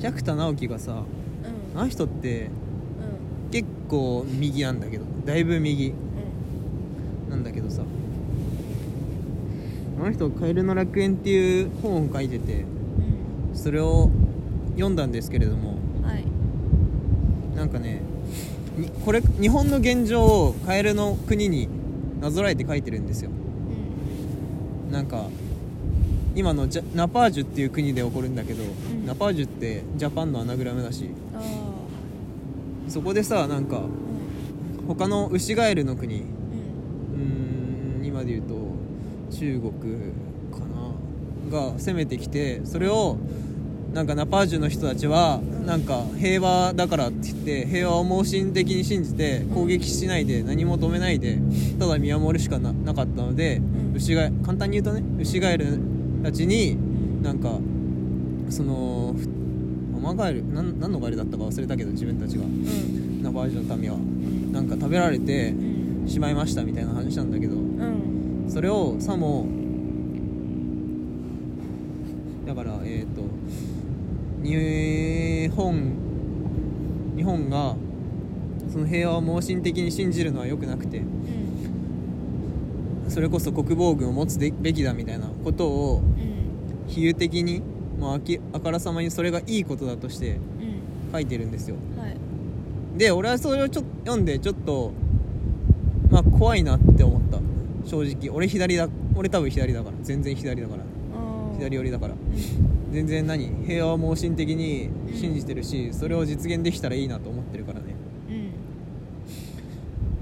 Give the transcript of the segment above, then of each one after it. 百田直樹がさうんあの人ってうん結構右なんだけどだいぶ右なんだけどさあの人「カエルの楽園」っていう本を書いててうんそれを読んだんですけれどもうんはいなんかねにこれ日本の現状をカエルの国になぞらえて書いてるんですようんなんか今のジャナパージュっていう国で起こるんだけど、んナパージュってジャパンのアナグラムだしああそこでさなんかうん他のウシガエルの国ううんーん今で言うと中国かなが攻めてきてそれをなんかナパージュの人たちはんなんか平和だからって言って平和を盲信的に信じて攻撃しないで何も止めないでただ見守るしかななかったのでうんウシガエ簡単に言うとねウシガエルたちにうんなんかそのふアマガエルなん何のガエルだったか忘れたけど自分たちがうんナパージュの民はうんなんか食べられてうんしまいましたみたいな話なんだけどうんそれをさもだからえっ、と日本日本がその平和を盲信的に信じるのは良くなくてうんそれこそ国防軍を持つべきだみたいなことをうん比喩的にもうあきあからさまにそれがいいことだとしてう書いてるんですよんはいで俺はそれをちょっと読んでちょっとまあ怖いなって思った正直俺左だ俺多分左だから全然左だからああ左寄りだからうん全然何平和を盲信的に信じてるしそれを実現できたらいいなと思ってるからね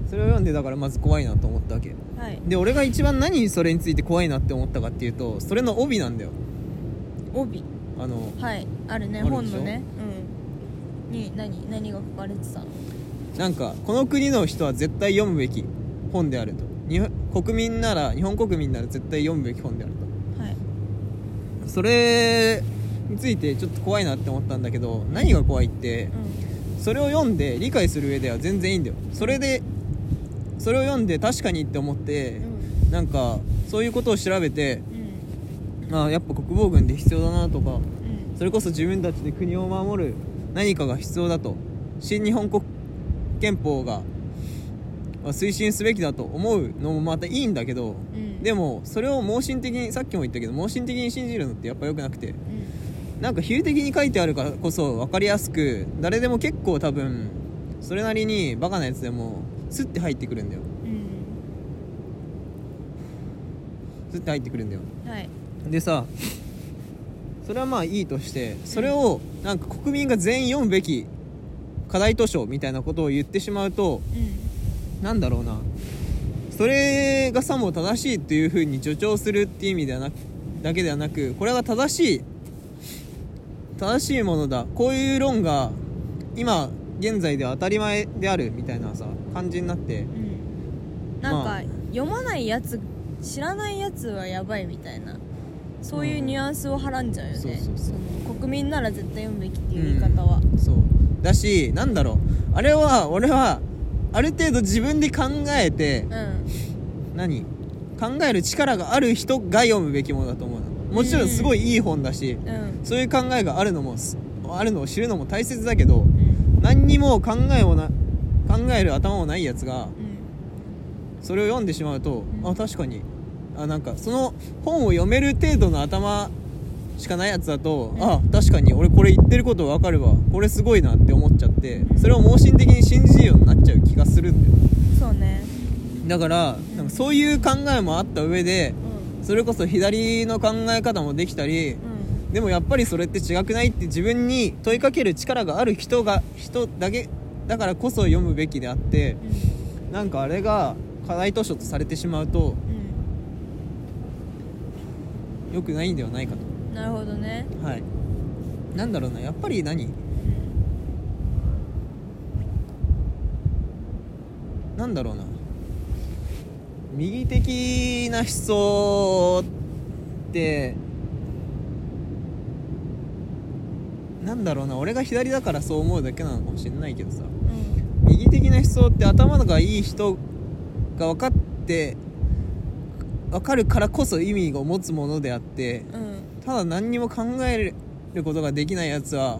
うんそれを読んでだからまず怖いなと思ったわけはいで俺が一番何それについて怖いなって思ったかっていうとそれの帯なんだよ帯あのはいあるねあるでしょ本のねうんに何何が書かれてたのなんかこの国の人は絶対読むべき本であると日本国民なら日本国民なら絶対読むべき本であるとはいそれについてちょっと怖いなって思ったんだけど何が怖いってうそれを読んで理解する上では全然いいんだよそれでそれを読んで確かにって思ってんうんなんかそういうことを調べてうんああやっぱ国防軍で必要だなとかうんそれこそ自分たちで国を守る何かが必要だと新日本国憲法がまあ推進すべきだと思うのもまたいいんだけどうんでももそれを盲信的にさっきも言ったけど盲信的に信じるのってやっぱ良くなくてうんなんか比喩的に書いてあるからこそ分かりやすく誰でも結構多分それなりにバカなやつでもスッて入ってくるんだようんスッて入ってくるんだよはいでさそれはまあいいとしてそれをなんか国民が全員読むべき課題図書みたいなことを言ってしまうとうんなんだろうなそれがさも正しいっていうふうに助長するっていう意味ではなくだけではなくこれが正しい正しいものだこういう論が今現在では当たり前であるみたいなさ感じになってうんなんまあか読まないやつ知らないやつはやばいみたいなそういうニュアンスをはらんじゃうよそうねそうそうその国民なら絶対読むべきっていう言い方はうんそうだしなんだろうあれは俺はある程度自分で考えてうん何考える力がある人が読むべきものだと思うのもちろんすごいいい本だし、うんそういう考えがあるのもすあるのを知るのも大切だけどうん何にも考えもな考える頭もないやつがうんそれを読んでしまうと、うんあ確かにあなんかその本を読める程度の頭しかないやつだと、うんあ確かに俺これ言ってること分かるわこれすごいなって思っちゃってそれを盲信的に信じるようになっちゃう気がするんだよそうねだからなんかそういう考えもあった上でうんそれこそ左の考え方もできたり、うんでもやっぱりそれって違くないって自分に問いかける力がある人が人だけだからこそ読むべきであってなんかあれが課題図書とされてしまうとうん良くないんではないかうんなるほどねとはいなんだろうなやっぱり何うんなんだろうな右的な思想ってなんだろうな俺が左だからそう思うだけなのかもしれないけどさうん右的な思想って頭がいい人が分かって分かるからこそ意味を持つものであってうんただ何にも考えることができないやつはう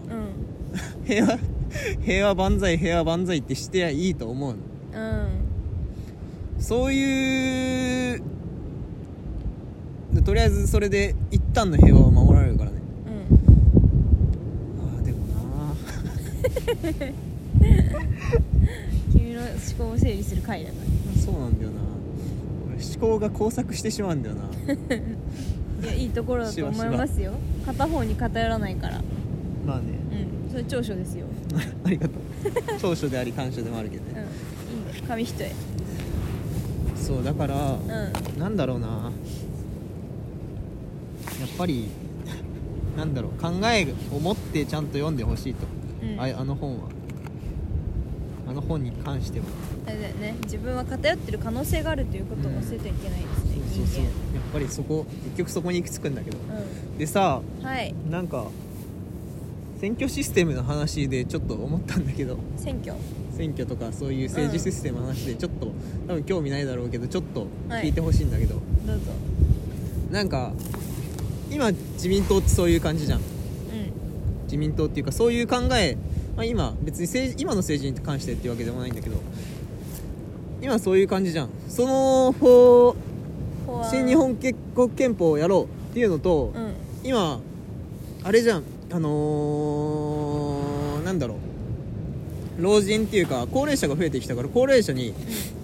ん平和 平和万歳平和万歳ってしていいと思うのうんそういうでとりあえずそれで一旦の平和を守られるからねうんあーでもな君の思考を整理する回だか そうなんだよな俺思考が交錯してしまうんだよな らいやいいところだと思いますよ片方に偏らないからまあね うんそれ長所ですよ、ありがとう長所であり短所でもあるけどうん、ね、いいね紙一重そうだから、うんなんだろうなやっぱり なんだろう考えを持ってちゃんと読んでほしいと、うんああの本はあの本に関してはあれだよね自分は偏ってる可能性があるということを忘れてはいけないですね、そうそうそう人やっぱりそこ結局そこに行き着くんだけど間でさうんはいなんか選挙システムの話でちょっと思ったんだけど選挙選挙とかそういう政治システムの話でちょっと、多分興味ないだろうけどちょっとはい聞いてほしいんだけど、どうぞなんか今自民党ってそういう感じじゃんう自民党っていうかそういう考え、まあ、今別に政治今の政治に関してっていうわけでもないんだけど今そういう感じじゃんその法ん法案新日本国憲法をやろうっていうのと、うん今あれじゃんあのー、なんだろう老人っていうか高齢者が増えてきたから高齢者に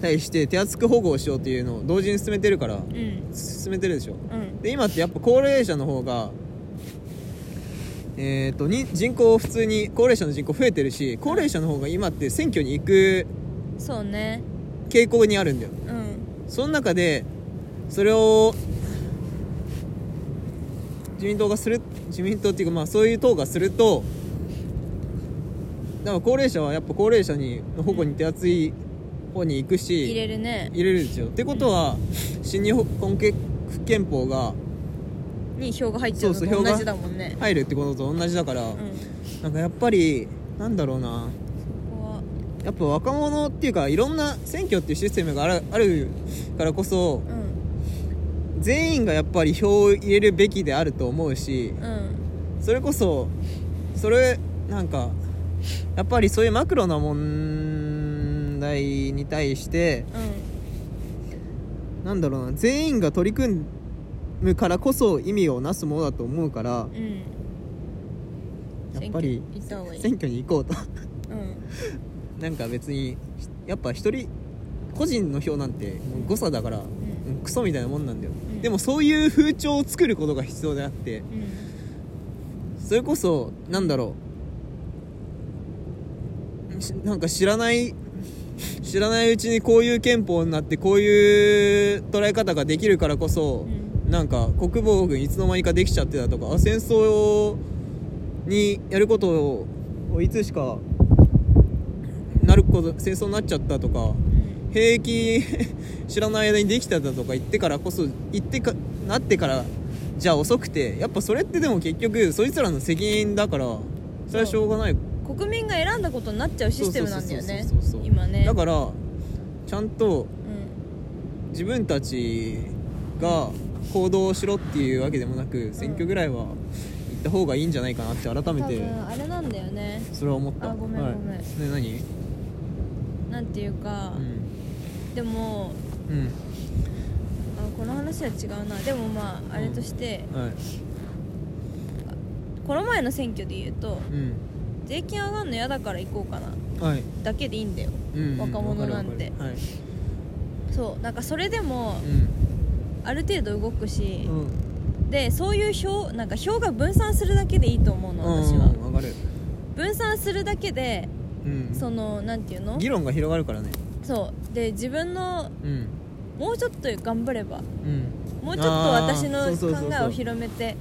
対して手厚く保護をしようっていうのを同時に進めてるからうん進めてるでしょうんで今ってやっぱ高齢者の方がえー、とに人口普通に高齢者の人口増えてるし高齢者の方が今って選挙に行くそうね傾向にあるんだようんその中でそれを自民党がする自民党っていうかまあそういう党がするとだから高齢者はやっぱ高齢者にの保護に手厚い方に行くし入れるね入れるんですよってことは新日本憲法がに票が入っちゃうのそとうそう票が同じだもんね入るってことと同じだから、うんなんかやっぱりなんだろうなここはやっぱ若者っていうかいろんな選挙っていうシステムがあるあるからこそうん全員がやっぱり票を入れるべきであると思うしうんそれこそそれなんかやっぱりそういうマクロな問題に対してなんだろうな全員が取り組むからこそ意味をなすものだと思うからうんうんやっぱり選挙行った方がいい選挙に行こうとうんなんか別にやっぱ一人個人の票なんてもう誤差だから、んクソみたいなもんなんだよ、んでもそういう風潮を作ることが必要であってそれこそなんだろうしなんか知らない知らないうちにこういう憲法になってこういう捉え方ができるからこそ、うなんか国防軍いつの間にかできちゃってたとかあ戦争にやることをいつしかなること戦争になっちゃったとかうん兵役知らない間にできてたとか言ってからこそ言ってかなってからじゃあ遅くてやっぱそれってでも結局そいつらの責任だからそれはしょうがないうん国民が選んだことになっちゃうシステムなんだよねそうそうそうそうそう今ねだからちゃんとうん自分たちが行動しろっていうわけでもなく選挙ぐらいは行った方がいいんじゃないかなって改め多て分あれなんだよねそれは思ったあごめんはいごめんね何なんていうかうんでもうんあこの話は違うなでもまああれとして、はいこの前の選挙で言うとうん税金上がんの嫌だから行こうかなはいだけでいいんだようん若者なんわかるてわかるはいそうなんかそれでもうある程度動くし、んうんでそういう票なんか票が分散するだけでいいと思うの私は、うん、わかる、分散するだけでうん、そのなんていうの議論が広がるからねそうで自分のうんもうちょっと頑張ればうんもうちょっと私あーのそうそうそう考そうえを広めて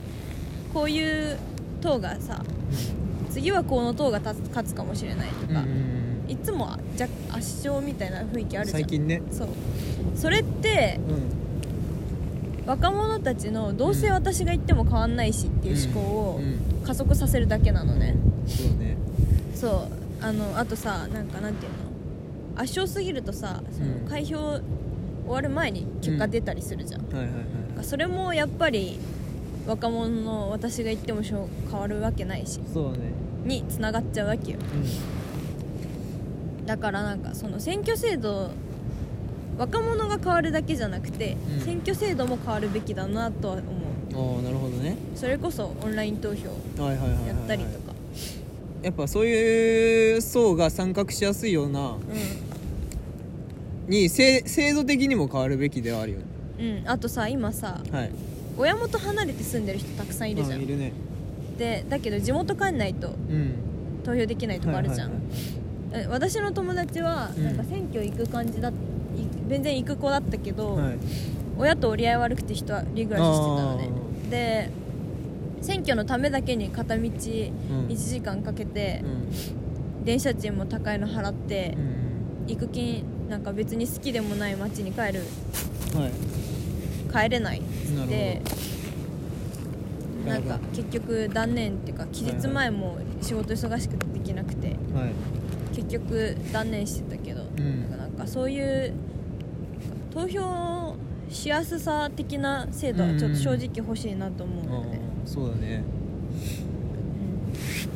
こういう党がさ次はこの党が立つ勝つかもしれないとうんうか、んいつもあじゃ圧勝みたいな雰囲気あるじゃん最近ねそうそれってうん若者たちのどうせ私が言っても変わんないしっていう思考をうんうん加速させるだけなのねそうねそうあのあとさなんかなんていうの圧勝すぎるとさそのうん開票終わる前に結果出たりするじゃん、はいはいそれもやっぱり若者の私が言ってもしょう変わるわけないしそうだねにつながっちゃうわけようだからなんかその選挙制度若者が変わるだけじゃなくて、うん選挙制度も変わるべきだなとは思うんああなるほどねそれこそオンライン投票はいはいはいはいはいやったりとか、やっぱそういう層が参画しやすいようなに制制度的にも変わるべきではあるよねうん、うん、あとさ今さはい親元離れて住んでる人たくさんいるじゃあいんるねでだけど地元帰んないとうん投票できないとかあるじゃん、はいはいえ私の友達はうんなんか選挙行く感じだ、い全然行く子だったけど、はいはい親と折り合い悪くて一人暮らししてたのねで選挙のためだけに片道1うん時間かけてう、ん電車賃も高いの払ってう、ん行く気なんか別に好きでもない町に帰るはい帰れないっつなるほっどてなんなかるほ結局断念っていうか期日前も仕事忙しくてできなくてはい結局断念してたけど、んなんかそういう投票しやすさ的な制度はちょっと正直欲しいなと思うので、ああそうだねうん